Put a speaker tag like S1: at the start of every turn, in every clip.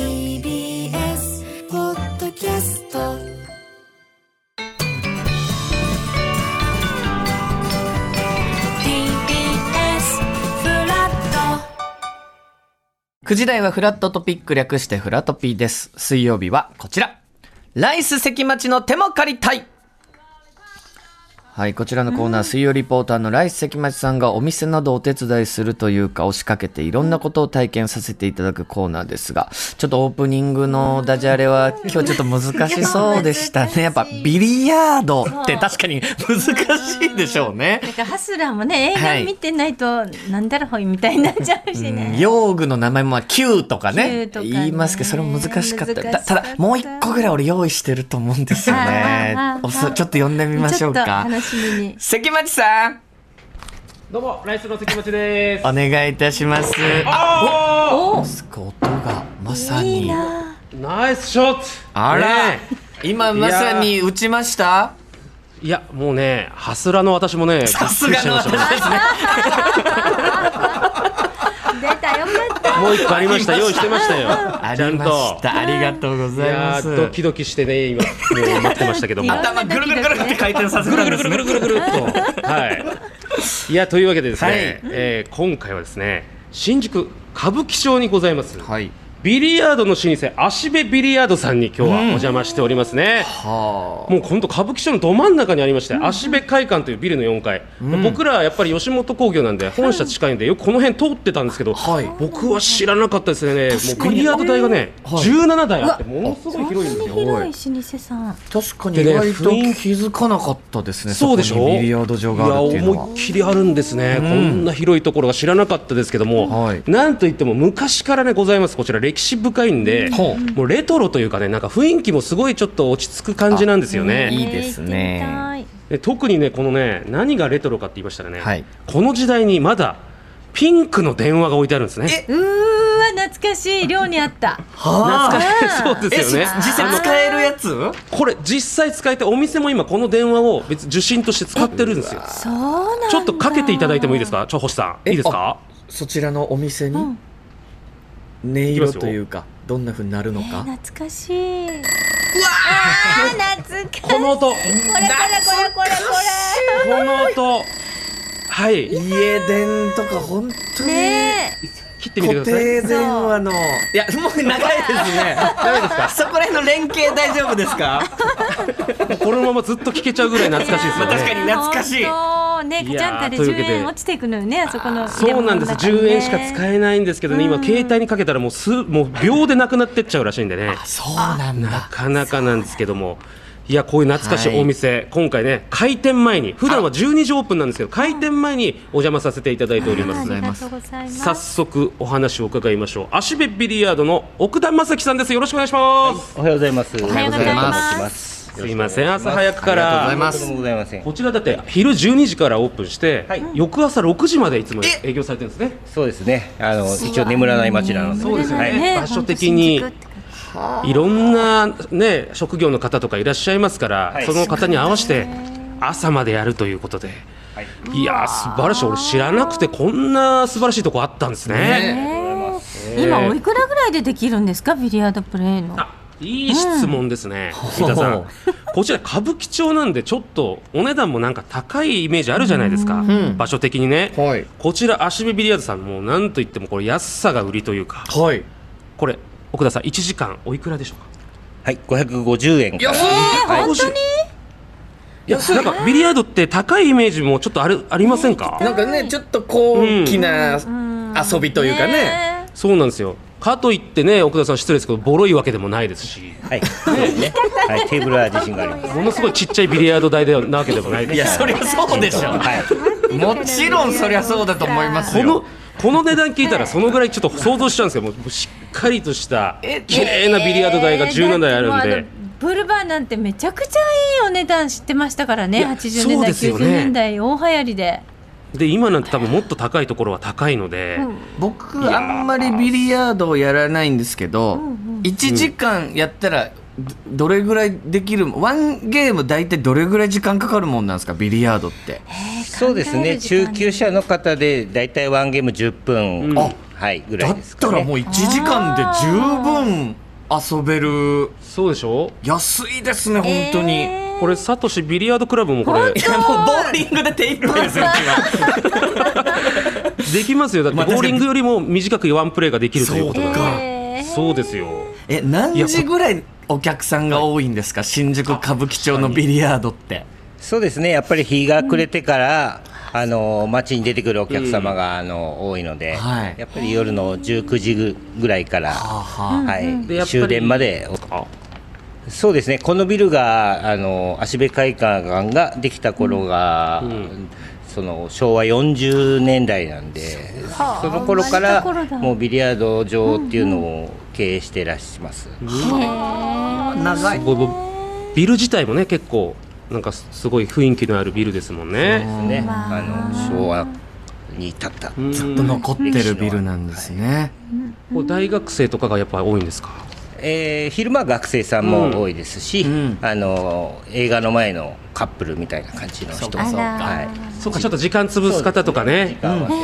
S1: ー
S2: TBS ポッドキャスト
S3: 9時台はフラットトピック略してフラトピーです。水曜日はこちら。ライス関町の手も借りたいはい、こちらのコーナー、水曜リポーターのライス関町さんがお店などお手伝いするというか、押しかけていろんなことを体験させていただくコーナーですが、ちょっとオープニングのダジャレは今日ちょっと難しそうでしたね。やっぱビリヤードって確かに難しいでしょうね。
S4: だからハスラーもね映画見てないとなんだろほいみたいになっちゃうしね、
S3: うん用具の名前もまあ Q とかね
S4: 球とかね
S3: 言いますけどそれも難しかった
S4: 難しか
S3: た
S4: った
S3: ただもう一個ぐらい俺用意してると思うんですよね
S4: あーあーあー
S3: おすちょっと呼んでみまし
S4: ち
S3: ょ
S4: ょ
S3: う
S4: っと
S3: か
S4: 楽しみに
S3: 関町さん
S5: どうも、ライスの関町でーす。
S3: お願いいたしますあ
S5: あ
S4: お
S3: すごい音がまさに
S4: いいな
S5: ーナイスショット
S3: あら、
S5: ね
S3: 今まさに打ちました
S5: えいや、もうね、ハスラの私もね、
S3: さすがの私
S5: びっくりしちゃいまし
S3: ですね
S4: 出たよかった
S5: たもう一個ありました、用意してましたよ。
S3: あ
S5: ちゃ
S3: り
S5: ん
S3: ま
S5: と
S3: し。たありがとうご
S5: い
S3: ざい
S5: や
S3: ます
S5: ー、ドキドキしてね、今、もう待ってましたけども。
S4: 頭ぐるぐるぐるって
S3: 回転させるんですね
S5: ぐるぐるっと。はい。いや、というわけでですね、
S3: はい
S5: えー今回はですね、新宿歌舞伎町にございます、
S3: はい
S5: ビリヤードの老舗、足部ビリヤードさんに今日はお邪魔しておりますね。
S3: は
S5: もう今度歌舞伎町のど真ん中にありまして、芦部会館というビルの4階、僕らはやっぱり吉本興業なんで本社近いんでよくこの辺通ってたんですけど、
S3: はい
S5: 僕は知らなかったですねもうビリヤード台がね、
S3: はい
S5: 17台あってものすごい広いんですよ
S4: 広い老舗さん
S3: あ確かに
S5: で
S3: 意
S5: ね
S3: 外と
S5: 雰囲
S3: 気づかなかったですね
S5: そうでしょ
S3: こにビリヤード場があるっていうの
S5: や
S3: は
S5: 思いっきりあるんですね、こんな広いところが知らなかったですけども、
S3: はい
S5: なんといっても昔からねございますこちら歴史深いんで、
S3: ほう
S5: もうレトロというかねなんか雰囲気もすごいちょっと落ち着く感じなんですよね
S3: いいですね
S4: えー行ってみ
S5: で特にねこのね何がレトロかって言いましたらね、
S3: はい
S5: この時代にまだピンクの電話が置いてあるんですね。
S4: たいうーわ懐かしい寮にあった
S3: は
S5: 懐
S3: あ
S5: かしい そうで
S3: え
S5: すよね。
S3: 実際使えるやつ
S5: これ実際使えてお店も今この電話を別に受信として使ってるんですよ。
S4: そうなんだ
S5: ちょっとかけていただいてもいいですか、ちょ星さん。いいですか。
S3: そちらのお店に
S4: うん
S3: 音
S5: いき
S3: 色
S5: ますよ
S3: というかどんな風になるの
S4: え
S3: か
S4: ー懐かしいうわー懐かしいこ
S5: この音、
S4: れ
S5: こ
S4: これこれこ
S5: の音、はい。
S3: 家電とか本当
S4: れね
S5: 切ってみて
S3: 固
S5: ください。
S3: 定電話のいやもう長いで すねダメですかそこら辺の連携大丈夫ですか
S5: このままずっと聞けちゃうぐらい懐かしいですよね。
S3: 確かに
S4: え
S3: 懐かしい
S4: 本当ね
S5: い
S4: カ
S5: やー
S4: チャンタで
S5: というわ
S4: 10
S5: けで
S4: 円落ちていくのよねあそこの入れ
S5: そう
S4: 物
S5: な
S4: の
S5: んです
S4: 中にね
S5: 10円しか使えないんですけどね、
S4: う
S5: 今
S4: ん
S5: 携帯にかけたらもうすもう秒でなくなってっちゃうらしいんでね
S3: そうなん
S5: な
S3: だ
S5: かなかなんですけどもいやこういう懐かしいお店、今回ね開店前に普段は12時オープンなんですけど開店前にお邪魔させていただいておりま
S4: あ
S5: す
S4: りがとうございま
S5: 早
S4: す。
S5: 速お話を伺いましょう足部ビリヤードの奥田正樹さんですよろしくお願いします、
S6: おはようございます。お
S4: はようございます
S6: す。
S5: すいません朝早くか
S3: あ
S5: ら
S3: りがと
S6: とんでもございません。
S5: こちらだって昼12時からオープンして、
S6: はい
S5: 翌朝6時までいつも営業されてるんですね
S6: そうですね。あの一応眠らない街なので、
S5: そうですよね
S6: はい。
S5: 場所的にいろんな、ね、職業の方とかいらっしゃいますから、
S6: はい
S5: その方に合わせて朝までやるということで、
S6: はい
S5: い、やー素晴らしい俺知らなくてこんな素晴らしいとこあったんですね。
S4: えー
S5: えー
S4: 今おいくらぐらいでできるんですかビリヤードプレイの。
S5: あいい質問ですね、飯田さ。
S3: ほうん
S5: こちら歌舞伎町なんでちょっとお値段もなんか高いイメージあるじゃないですか、
S3: ん
S5: 場所的にね、
S3: はい
S5: こちら足部ビリヤードさんもなんといってもこれ安さが売りというか
S3: はい
S5: これ奥田さん1時間おいくらでしょうか
S6: はい、五百五十円から。
S4: えー本当に
S5: いやなんかビリヤードって高いイメージもちょっとあるありませんか、
S3: なんかねちょっと高貴な遊びというかね
S4: ね
S5: そうなんですよかといってね奥田さん失礼ですけどボロいわけでもないですし
S6: はい。そうですね。はい、テーブルは自信があります。
S5: ものすごいちっちゃいビリヤード台ではなわけでもないです
S3: いやそりゃそうでしょ
S6: はい。
S3: もちろんそりゃそうだと思います
S5: こ
S3: よ
S5: のこの値段聞いたらそのぐらいちょっと想像しちゃうんですけどもうしっかりとした綺麗なビリヤード台が17台あるんで。
S4: プールバーなんてめちゃくちゃいいお値段知ってましたから
S5: い
S4: ね
S5: や
S4: 80年代、
S5: そうですよ
S4: 90
S5: ね
S4: 年代大流行りで
S5: で今なんて多分もっと高いところは高いので、
S3: 僕あんまりビリヤードをやらないんですけど、1時間やったらどどれぐらいできるワンゲーム大体どれぐらい時間かかるもんなんですかビリヤードって
S6: そうですね中級者の方でだいたいワンゲーム10分、
S5: うん
S6: はいぐら
S3: だ
S6: い
S3: っ
S6: です
S3: た
S6: からね
S3: もう1時間で十分遊べる
S5: そうでしょ
S3: 安いですね本当に、
S5: これサトシビリヤードクラブもこれ
S3: いやもうボーリングで手一杯ですようちは
S5: できますよだって
S3: まあ確
S5: ボー
S3: かに
S5: リングよりも短くワンプレーができるということだから
S4: えー
S5: そうですよ
S3: え何時ぐらいお客さんが多いんですか新宿歌舞伎町のビリヤードって
S6: そうですねやっぱり日が暮れてから、あの街に出てくるお客様が、あの多いので、
S3: はい
S6: やっぱり夜の19時ぐぐらいから、
S3: あは
S6: はい
S5: でやっぱり
S6: 終電まで
S5: あ
S6: そうですね、このビルがあの芦部会館ができた頃が、その昭和40年代なんで、その頃
S4: 生ま
S6: か
S4: れた
S6: ら
S4: 頃だ
S6: もうビリヤード場っていうのを経営していらっしゃいます。
S3: 長い
S5: こうビル自体もね結構なんかすすごい雰囲気のあるビルですもんね
S6: ね、あの昭和に至った。
S3: ずっと残ってるビルなんですね
S5: こう大学生とかがやっぱ多いんですか
S6: えー昼間は学生さんも多いですし、
S3: うん
S6: あの映画の前のカップルみたいな感じの人
S3: あ
S6: も、はい、
S5: そうかちょっと時間潰す方とか
S6: 時
S5: ね
S6: 間を分けて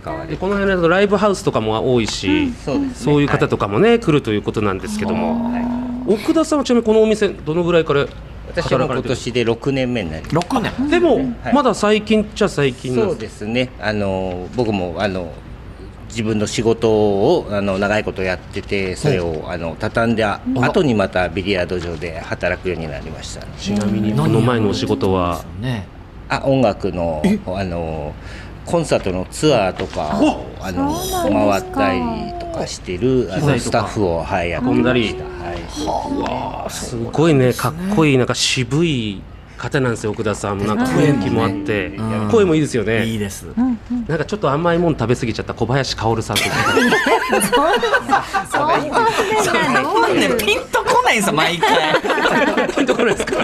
S6: 使われ
S5: で
S6: る。
S5: この辺だとライブハウスとかも多いし、
S6: そうですね。
S5: そういう方とかもね、来るということなんですけども、
S6: はい
S5: 奥田さんはちなみにこのお店どのぐらいから
S6: 私は
S5: 働
S6: もう
S5: かれ
S6: 今
S5: てる
S6: 年で6年目になります。
S3: 6年
S5: でも、
S6: はい
S5: まだ最近っちゃ最近なん
S6: そうですね。あの僕もあの自分の仕事をあの長いことやってて、それをあの畳んであ後にまたビリヤード場で働くようになりました。
S5: ちなみにこの前のお仕事は
S3: ね
S6: あ、音楽のあのコンサートのツアーとかをあの回ったりとかしてるあ
S5: 機材とか
S6: のスタッフをはいやって
S5: 運んだ
S6: ま
S5: り
S6: した。はい。
S5: すごいねかっこいいなんか渋い方なんですよ奥田さんもなんか雰囲気もあって、
S3: うん
S5: 声もいいですよね、
S3: いいです
S5: なんかちょっと甘いもん食べ過ぎちゃった小林薫さんとか
S3: ねピンとこないんですよ毎回
S5: ピンとこないですか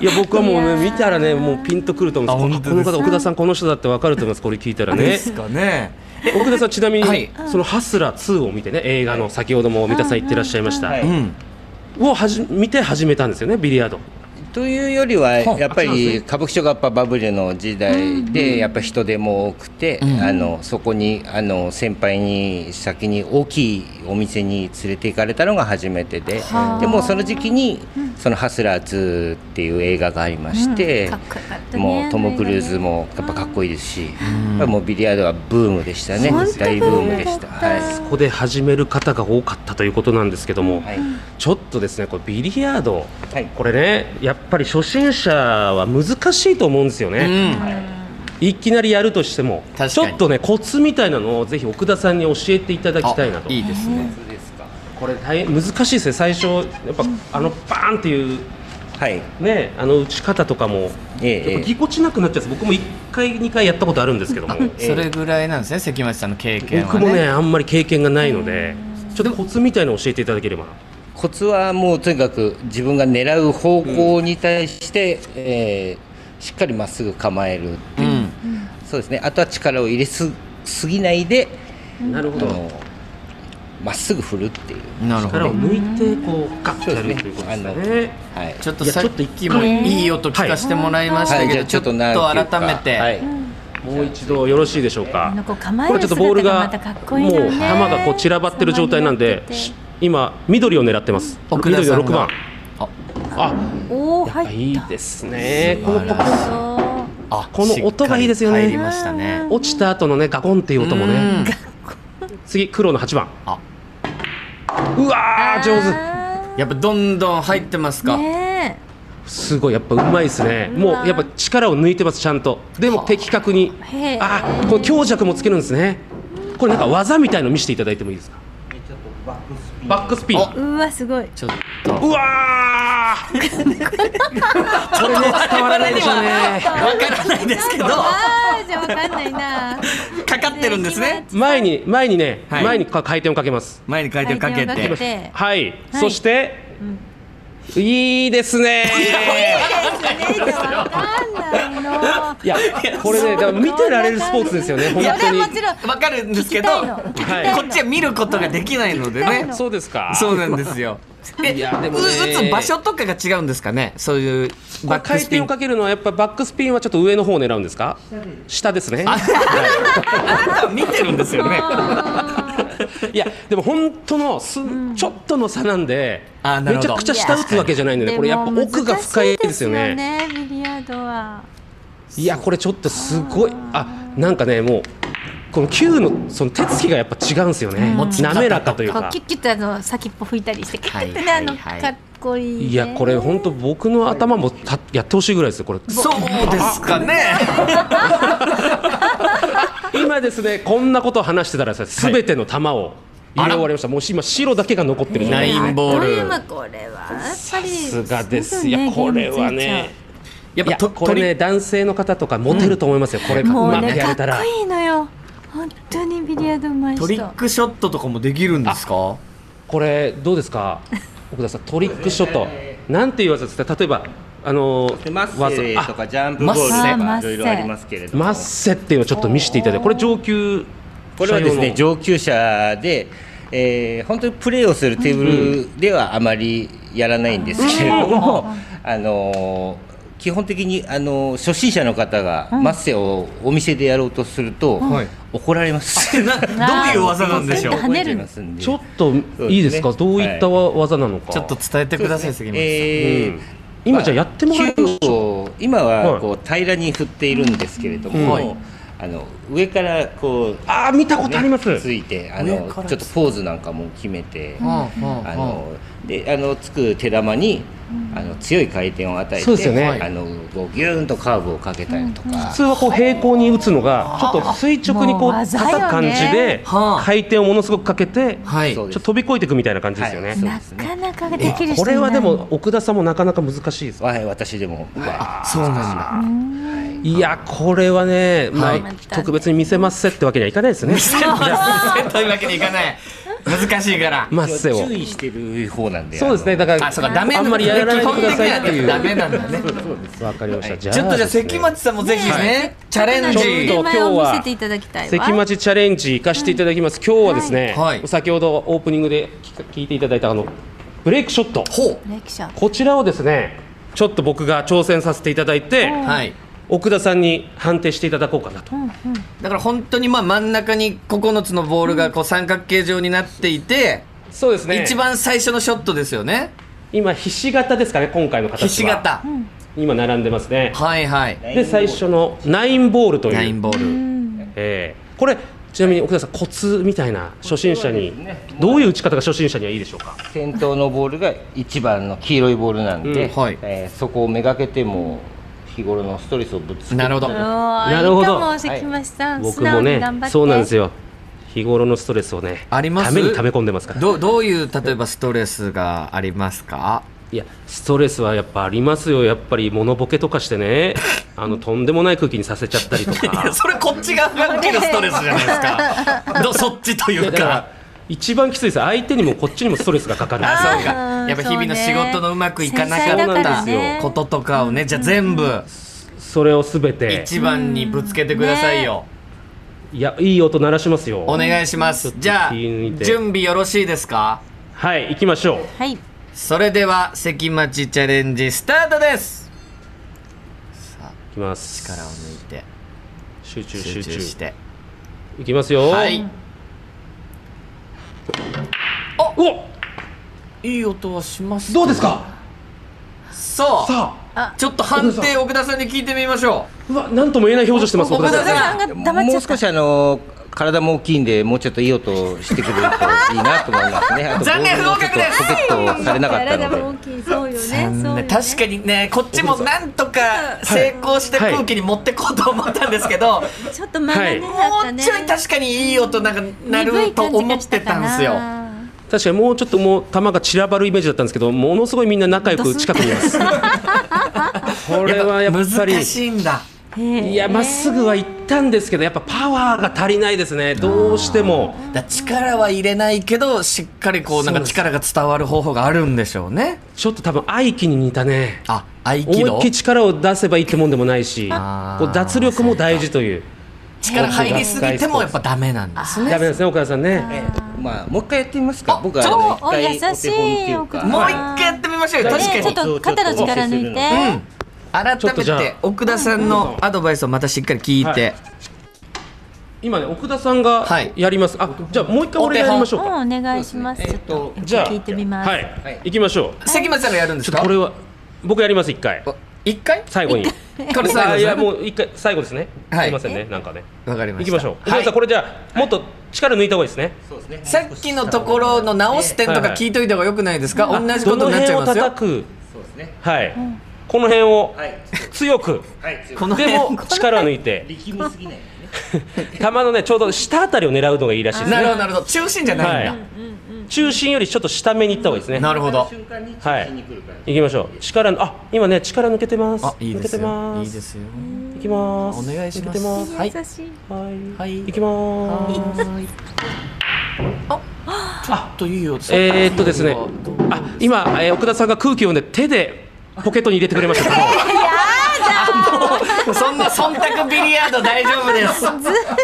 S5: いや僕はもうね見たらねもうピンとくると思うんで
S3: あ
S5: す
S3: 本
S5: こ
S3: 当
S5: の
S3: ですか
S5: 方奥田さんこの人だってわかると思いますこれ聞いたら
S3: で
S5: ね
S3: すかね
S5: 奥田さんちなみに、
S3: はい
S5: その「ハスラー2」を見てね映画の先ほども三田さん言ってらっしゃいました、
S6: はい
S3: うん
S5: をはじ見て始めたんですよねビリヤード
S6: というよりは
S3: はあ
S6: やっぱ
S5: あそうです
S6: り
S5: ね
S6: 歌舞伎町がやっぱバブルの時代でやっぱ人手も多くて、あのそこにあの先輩に先に大きいお店に連れて行かれたのが初めてで、でもうその時期にそのハスラー2っていう映画がありまして、
S4: かっこよかったね
S6: もうトムクルーズもやっぱかっこいいですし、やっぱもうビリヤードはブームでしたね、大ブームでした。はい
S5: ここで始める方が多かったということなんですけども、
S6: はい
S5: ちょっとですねこれビリヤード、
S6: はい
S5: これねやっぱり初心者は難しいと思うんですよ
S3: う
S5: ね、
S3: ん
S5: いきなりやるとしても
S3: 確かに
S5: ちょっとねコツみたいなのをぜひ奥田さんに教えていただきたいなと
S3: あいいですね
S5: これ大変難しいですね最初やっぱあのバーンっていう
S6: はい
S5: ねあの打ち方とかも
S6: ええ
S5: やっぱぎこちなくなっちゃうんです僕も1回2回やったことあるんですけども
S3: それぐらいなんですね関町さんの経験は
S5: 僕
S3: ね
S5: もねあんまり経験がないのでちょっとコツみたいなの教えていただければ
S6: コツはもうとにかく自分が狙う方向に対して、えーしっかりまっすぐ構えるっていう、
S3: うん
S6: そうですねあとは力を入れすすぎないで
S5: なるほ
S6: あのまっすぐ振るっていう、
S3: なるほ
S5: 力を
S3: ど
S5: 抜いてこうガッとやるということです
S6: そうです
S5: ね
S6: はい、
S3: ちょっと
S5: いや
S3: さっ
S5: ちょっと一
S3: きもいい音聞かせてもらいましたけどちょっと
S6: なんていうか
S3: 改めて、
S6: はい
S5: もう一度よろしいでしょうか
S4: あのこう構
S5: こ
S4: え
S5: れち
S4: る
S5: ょっとボール
S4: 姿がま
S5: が
S4: たかっこいい
S5: もう
S4: の
S5: 球
S4: ね
S5: がこう散らばってる状態なんでし今緑を狙ってます
S3: 奥田
S5: 緑
S3: さ
S5: の
S3: ん
S5: 6
S3: が
S5: 番
S3: あ
S5: あ
S4: おお入った
S5: いいですねこの
S4: そう
S3: あ
S5: この音がいいですよ
S3: し
S5: ね
S3: っかり入りましたね
S5: 落ちた後のねガコンっていう音もね次黒の8番
S3: あ
S5: うわー上手
S4: あ
S3: やっぱどんどん入ってますか、
S4: ーね
S5: すごいやっぱうまいですねもうやっぱ力を抜いてますちゃんとでも的確に
S4: えへえ
S5: あこの強弱もつけるんですねこれなんか技みたいの見せていただいてもいいですかバックスピン
S3: あ
S4: うわすごい
S3: ちょっと
S5: うわーこれね伝わらないでしょうね
S3: わからないですけどか
S4: あーじゃあわかんないな
S3: かってるんですね
S5: 前に前にね、
S3: はい
S5: 前にか回転をかけます
S3: 前に回転をかけ
S4: 回転をかけ
S3: て
S4: て
S5: はい、そして、いいですね
S4: ですね。わかんないの。
S5: いやこれねだから見てられるスポーツですよね本
S4: それ
S5: 当
S4: はもち
S5: に
S4: ろん。
S3: わかるんですけど、
S4: 聞きたいの
S3: は
S4: 聞き
S5: たい
S3: い、
S5: の
S3: こっちは見ることができないのでね。
S5: そうですか
S3: そうなんですよ。え、
S5: でも
S3: う
S5: ね
S3: 打つ場所とかが違うんですかね。そういう
S5: ま
S3: バ
S5: あ
S3: ック
S5: 回
S3: スピ
S5: 転
S3: ン
S5: を。かけるのはやっぱバックスピンはちょっと上の方を狙うんですか下ですね
S3: あなた見てるんですよね。
S5: いやでも本当のす、ちょっとの差なんで
S3: あーなる
S5: め
S3: ほ
S5: ち
S3: ど
S5: ゃくちゃ下打つわけじゃないんでねこれやっぱ奥が深いですよ
S4: で
S5: ね
S4: も難しいですよねビリヤードは。
S5: いやこれちょっとすごいあなんかねもうこの球のその手つきがやっぱ違うんですよね、
S3: 持ち方とか
S5: 滑らかという
S4: こ
S5: か
S4: うキュッキュッとあの先っぽ拭いたりしてキュッキュッとね、
S3: はいはいは
S4: あ
S3: い
S4: のかっこいい、ね。
S5: いやこれ本当僕の頭もたやってほしいぐらいですよこれ
S3: そうですかね。
S5: 今ですねこんなことを話してたらさすべての球を入れ終わりました、もう今白だけが残ってる状
S3: ナ
S5: 態
S3: イン
S4: ど
S3: ボー
S4: う
S3: ル
S4: いう。まあこれはやっぱり
S5: さすがです
S4: そう
S5: い
S4: よ
S5: やこれは
S4: ゲーム
S5: ね
S3: やっ
S5: い
S3: ぱ
S5: や
S3: と
S5: これね男性の方とかモテると思いますよ、これう
S4: ついちゃうもう
S5: まく
S4: ね
S5: やれた
S4: からっこいいのよ本当にビリヤードうまい人
S3: トリックショットとかもできるんですか。
S5: これどうですか奥田さんトリックショットなんていう技ですか例えばあのー
S6: マッセ
S5: 技
S6: とかジャンプボールと
S4: マッ
S6: かい
S4: セ
S6: ろいろありますけれども
S5: マッセっていうのをちょっと見せていただいてこれ上級
S6: これはですね
S5: 者用の
S6: 上級者で、えー本当にプレーをするテーブルではあまりやらないんですけれども、 あのー基本的にあのー初心者の方がマッセをお店でやろうとすると、
S5: はい
S6: 怒られま す。
S3: などういう技なんでし ょう。
S4: 跳ねるの
S6: ち
S5: ちょっといいですか
S6: そうですね
S5: どういったわ技なのか
S3: ちょっと伝えてください杉村
S6: えー
S5: 今じゃあやってもらいまし
S6: 球
S5: ょう
S6: を今はこう平らに振っているんですけれども、
S3: はい
S6: あの上からこう
S5: あー見たことあります、
S6: ねついてあのちょっとポーズなんかも決めて、あ
S3: さん。うんうんうん
S6: のであのつく手玉にあの強い回転を与え
S5: そうです
S6: て、
S5: よね
S6: あのこうギューンとカーブをかけたりとか
S5: 普、通はこう平行に打つのがちょっと垂直にこう
S4: もう技
S5: 叩
S4: よね
S5: く感じで
S3: はあ
S5: 回転をものすごくかけて
S3: は
S6: そう
S3: い。
S5: ちょっと飛び越えていくみたいな感じですよ
S6: は
S5: ね
S6: い、そう
S4: な
S6: です
S4: か
S6: ね。
S4: なかできる人いない
S5: これはでも奥田さんもなかなか難しいです
S6: はい私でも、はい
S3: そうなんだ。
S5: いやこれはね、まあ
S3: はい
S5: 特別に見せますせってわけにはいかないですね
S3: というわけにいかない。難しいから。
S5: マッセを
S6: 注意してる方なんで、
S5: そうですね
S6: あの
S5: だから
S3: あ、そうかダメな
S5: あんまりやらないでくださいっていう
S3: 基本的にはダメなんだね。
S5: わかりました、じゃあ
S3: ちょっとじゃあ
S5: ですね
S3: 関町さんもぜひねチャレン
S5: ちょっ
S3: ジ
S5: と。
S4: 手前を
S5: 今日
S4: 見
S5: は
S4: せていただきたいわ
S5: 関町チャレンジ行かせていただきます、今日はですね、
S3: はいはい
S5: 先ほどオープニングで聞聞いていただいたあのブレイクショット
S3: ほ
S4: レクション
S5: こちらをですねちょっと僕が挑戦させていただいて、
S3: う。はい。
S5: 奥田さんに判定していただこうかなと、
S3: だから本当にまあ真ん中に9つのボールがこう三角形状になっていて、
S5: そうですね
S3: 一番最初のショットですよね。
S5: 今ひし形ですかね今回の形
S3: ひ
S5: は
S3: し形。
S5: 今並んでますね
S3: はいはい。
S5: で最初のナインボールと
S3: ナ
S5: い
S3: イ
S5: う
S3: ン、ボール。
S5: ええこれちなみに奥田さんコツみたいな初心者に
S6: コツはですね
S5: どういう打ち方が初心者にはいいでしょうか
S6: 先頭のボールが一番の黄色いボールなんで、
S3: うんはい
S6: えーそこをめがけても日頃のストレスをぶつけて
S3: なるほど。
S4: な
S5: るほど
S4: いいかも関町さん、素
S5: 僕
S4: 直
S5: も
S4: に
S5: ね
S4: 頑張って
S5: そうなんですよ日頃のストレスをね
S3: あります
S5: ために溜め込んでますから
S3: どどういう例えばストレスがあります か。
S5: いやストレスはやっぱありますよやっぱり物ボケとかして ねあのとんでもない空気にさせちゃったりとか
S3: それこっちが受けるストレスじゃないですか。 どそっちとい
S5: いやだから一番きついです相手にもこっちにもストレスがかかる
S3: あそうか
S4: うん
S3: やっぱ日々の仕事のうまくいかな
S5: そ
S3: か
S5: うね
S3: った
S4: 繊細だからね
S3: こととかをねじゃあ全部
S5: それをすべて
S3: 一番にぶつけてくださいよ
S5: いやいい音鳴らしますよ
S3: お願いしますじゃあ
S5: 気抜いて
S3: 準備よろしいですか
S5: はい行きましょう
S4: はい
S3: それでは関町チャレンジスタートです
S5: いきます
S3: 力を抜いて
S5: 集中集
S3: 集
S5: 中
S3: 中して
S5: いきますよ
S3: はい
S5: うわ
S3: いい音はします
S5: どうですか
S3: そ
S5: さあ
S3: うちょっと判定奥田さんに聞いてみましょ
S5: うわなんとも言えない表情してます
S3: 岡
S5: 僕
S3: 田
S5: 田
S3: さん
S4: さ
S5: さん
S4: んが黙っち
S6: も
S4: ゃっ
S6: う少
S4: た
S6: しあの体も大きいんでもうちょっといい音をしてくれるといいなと思いますね。あと
S3: 残念
S6: ボールもちょっとポケットされなかった
S4: 体も
S6: の
S4: 大
S6: で。
S4: きいそうよね
S3: う
S4: そうよね
S3: 確かにねこっちもなんとか成功して
S5: はい
S3: 空気に持ってこうと思ったんですけど、
S4: ちょっと間がね、
S3: もうちょい確かにいい音なんか鳴ると思ってたんですよ。
S5: 確かにもうちょっともう球が散らばるイメージだったんですけどものすごいみんな仲良く近くにいますこれはやっぱり
S3: 難しいんだ。
S5: いやまっすぐは行ったんですけどやっぱパワーが足りないですねどうしても
S3: だ力は入れないけどしっかりこうなんか力が伝わる方法があるんでしょうね
S5: ちょっと多分愛機に似たね
S3: あ合
S5: 思
S3: 気
S5: い
S3: 道
S5: っきり力を出せばいいってもんでもないし
S3: あー
S5: こう脱力も大事という
S3: 力入りすぎてもやっぱダメなんです
S5: ダメなんですね岡田さんね
S6: まあもう一回やってみますか。僕は
S3: ちょ
S6: あの
S4: お
S6: 一回お手本っていう
S4: 優し
S6: か。
S4: い
S3: もう
S4: 奥
S3: 一回やってみましょうよ
S6: あー
S3: 確か
S4: ね
S3: に
S4: ちょっと肩の力抜いて、
S3: 改
S5: ちょっと
S3: め
S5: じゃ
S3: て奥田さんのアドバイスをまたしっかり聞いて、
S5: 今ね奥田さんが
S3: はい
S5: やりますあじゃあもう一回俺がやりましょうか
S4: うん、お願いします。ちょっと
S5: じゃあ
S4: 聞いてみます。
S5: はい行きましょう
S3: 関町さんがやるんで
S5: ち
S3: す
S5: ょっと
S3: か
S5: これは僕やります一回
S3: お一回
S5: 最後に
S3: これ最後
S5: あ
S3: で
S5: い
S3: す
S5: や
S3: ね
S5: もう一回最後ですね
S3: はい
S5: すいませんねなんかね
S3: わかりま
S5: 行
S3: した
S5: きましょう
S3: は
S5: 岡
S3: い
S5: 田さんこれじゃあもっと力抜いた方がいいですね
S6: そうですね
S3: さっきのところの直す点とか聞いといた方がよくないですか、
S5: あ
S3: 同じことになっちゃいます
S5: どの辺を
S3: よ
S5: 叩く
S6: そうですね。
S5: はいこの辺を
S6: はい。
S5: 強く
S6: はい。
S3: この
S5: で
S3: 辺
S5: も力を抜いて
S6: 力みすぎない。
S5: 球のねちょうど下あたりを狙うのがいいらしいです
S3: なるほ
S5: ね
S3: どなるほど中心じゃないんだ、
S5: は中心よりちょっと下目に行った方がいいですね
S3: なるほど
S6: 瞬間に中
S5: はい
S6: 心に来るから。
S5: 行きましょう力のあ今ね力抜けてます
S3: あいいで
S5: 抜け
S3: す
S5: て
S3: よ
S5: ま
S3: いい
S5: す
S3: ですよ
S5: 行きます
S3: お願いします
S5: 抜けてます
S3: はい
S4: 優しい。
S5: はい、
S3: はい
S5: 行きまーす
S3: はいあちょっといいよ
S5: えー、っとですねあ今、えー奥田さんが空気を読んで手でポケットに入れてくれました
S3: そんな忖度ビリヤード大丈夫です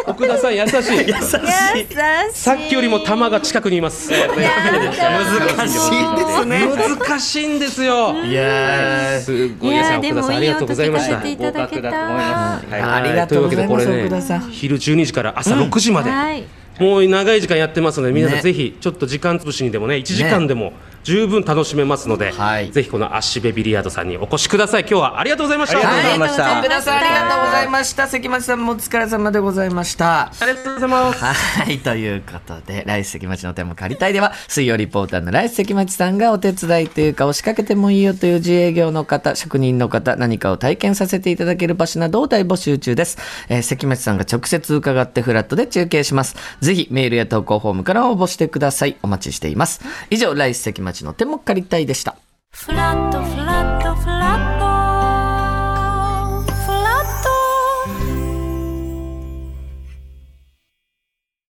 S5: 奥田さん優しい
S4: 優しい。
S5: さっきよりも球が近 くにいま す
S3: 難しいですね
S5: 難しいんですよ
S3: いやー
S5: す
S4: い
S5: ごいです
S4: やー
S5: ね
S4: で
S5: 奥田
S4: も
S5: さんあ
S4: い
S5: り
S4: い
S5: がと
S4: 音
S5: うござい
S4: 聞
S5: ま
S4: か
S5: し
S4: せ
S5: た
S4: ていただけ
S6: 合格だと思いま
S4: た。
S6: す。
S3: あ
S6: は
S3: りがとうございます
S5: というわけでこれね
S3: 奥田さん
S5: 昼12時から朝6時まで、
S4: はい。
S5: もう長い時間やってますので皆さん
S3: ね
S5: ぜひちょっと時間潰しにでもね1時間でも十分楽しめますので、
S3: はい
S5: ぜひこのアッシベビリヤードさんにお越しください今日はありがとうございました
S6: ありがとうございました
S3: はい奥田さんありがとうございました関町さんもお疲れ様でございました
S5: ありがとうございます
S3: はい、ということで、来世関町の手も借りたいでは、水曜リポーターの来世関町さんがお手伝いというか、押しかけてもいいよという自営業の方、職人の方、何かを体験させていただける場所などを大募集中です。えー関町さんが直接伺ってフラットで中継します。ぜひ、メールや投稿フォームから応募してください。お待ちしています。以上、来世関町の手も借りたいでした。
S2: フラットフラットフラット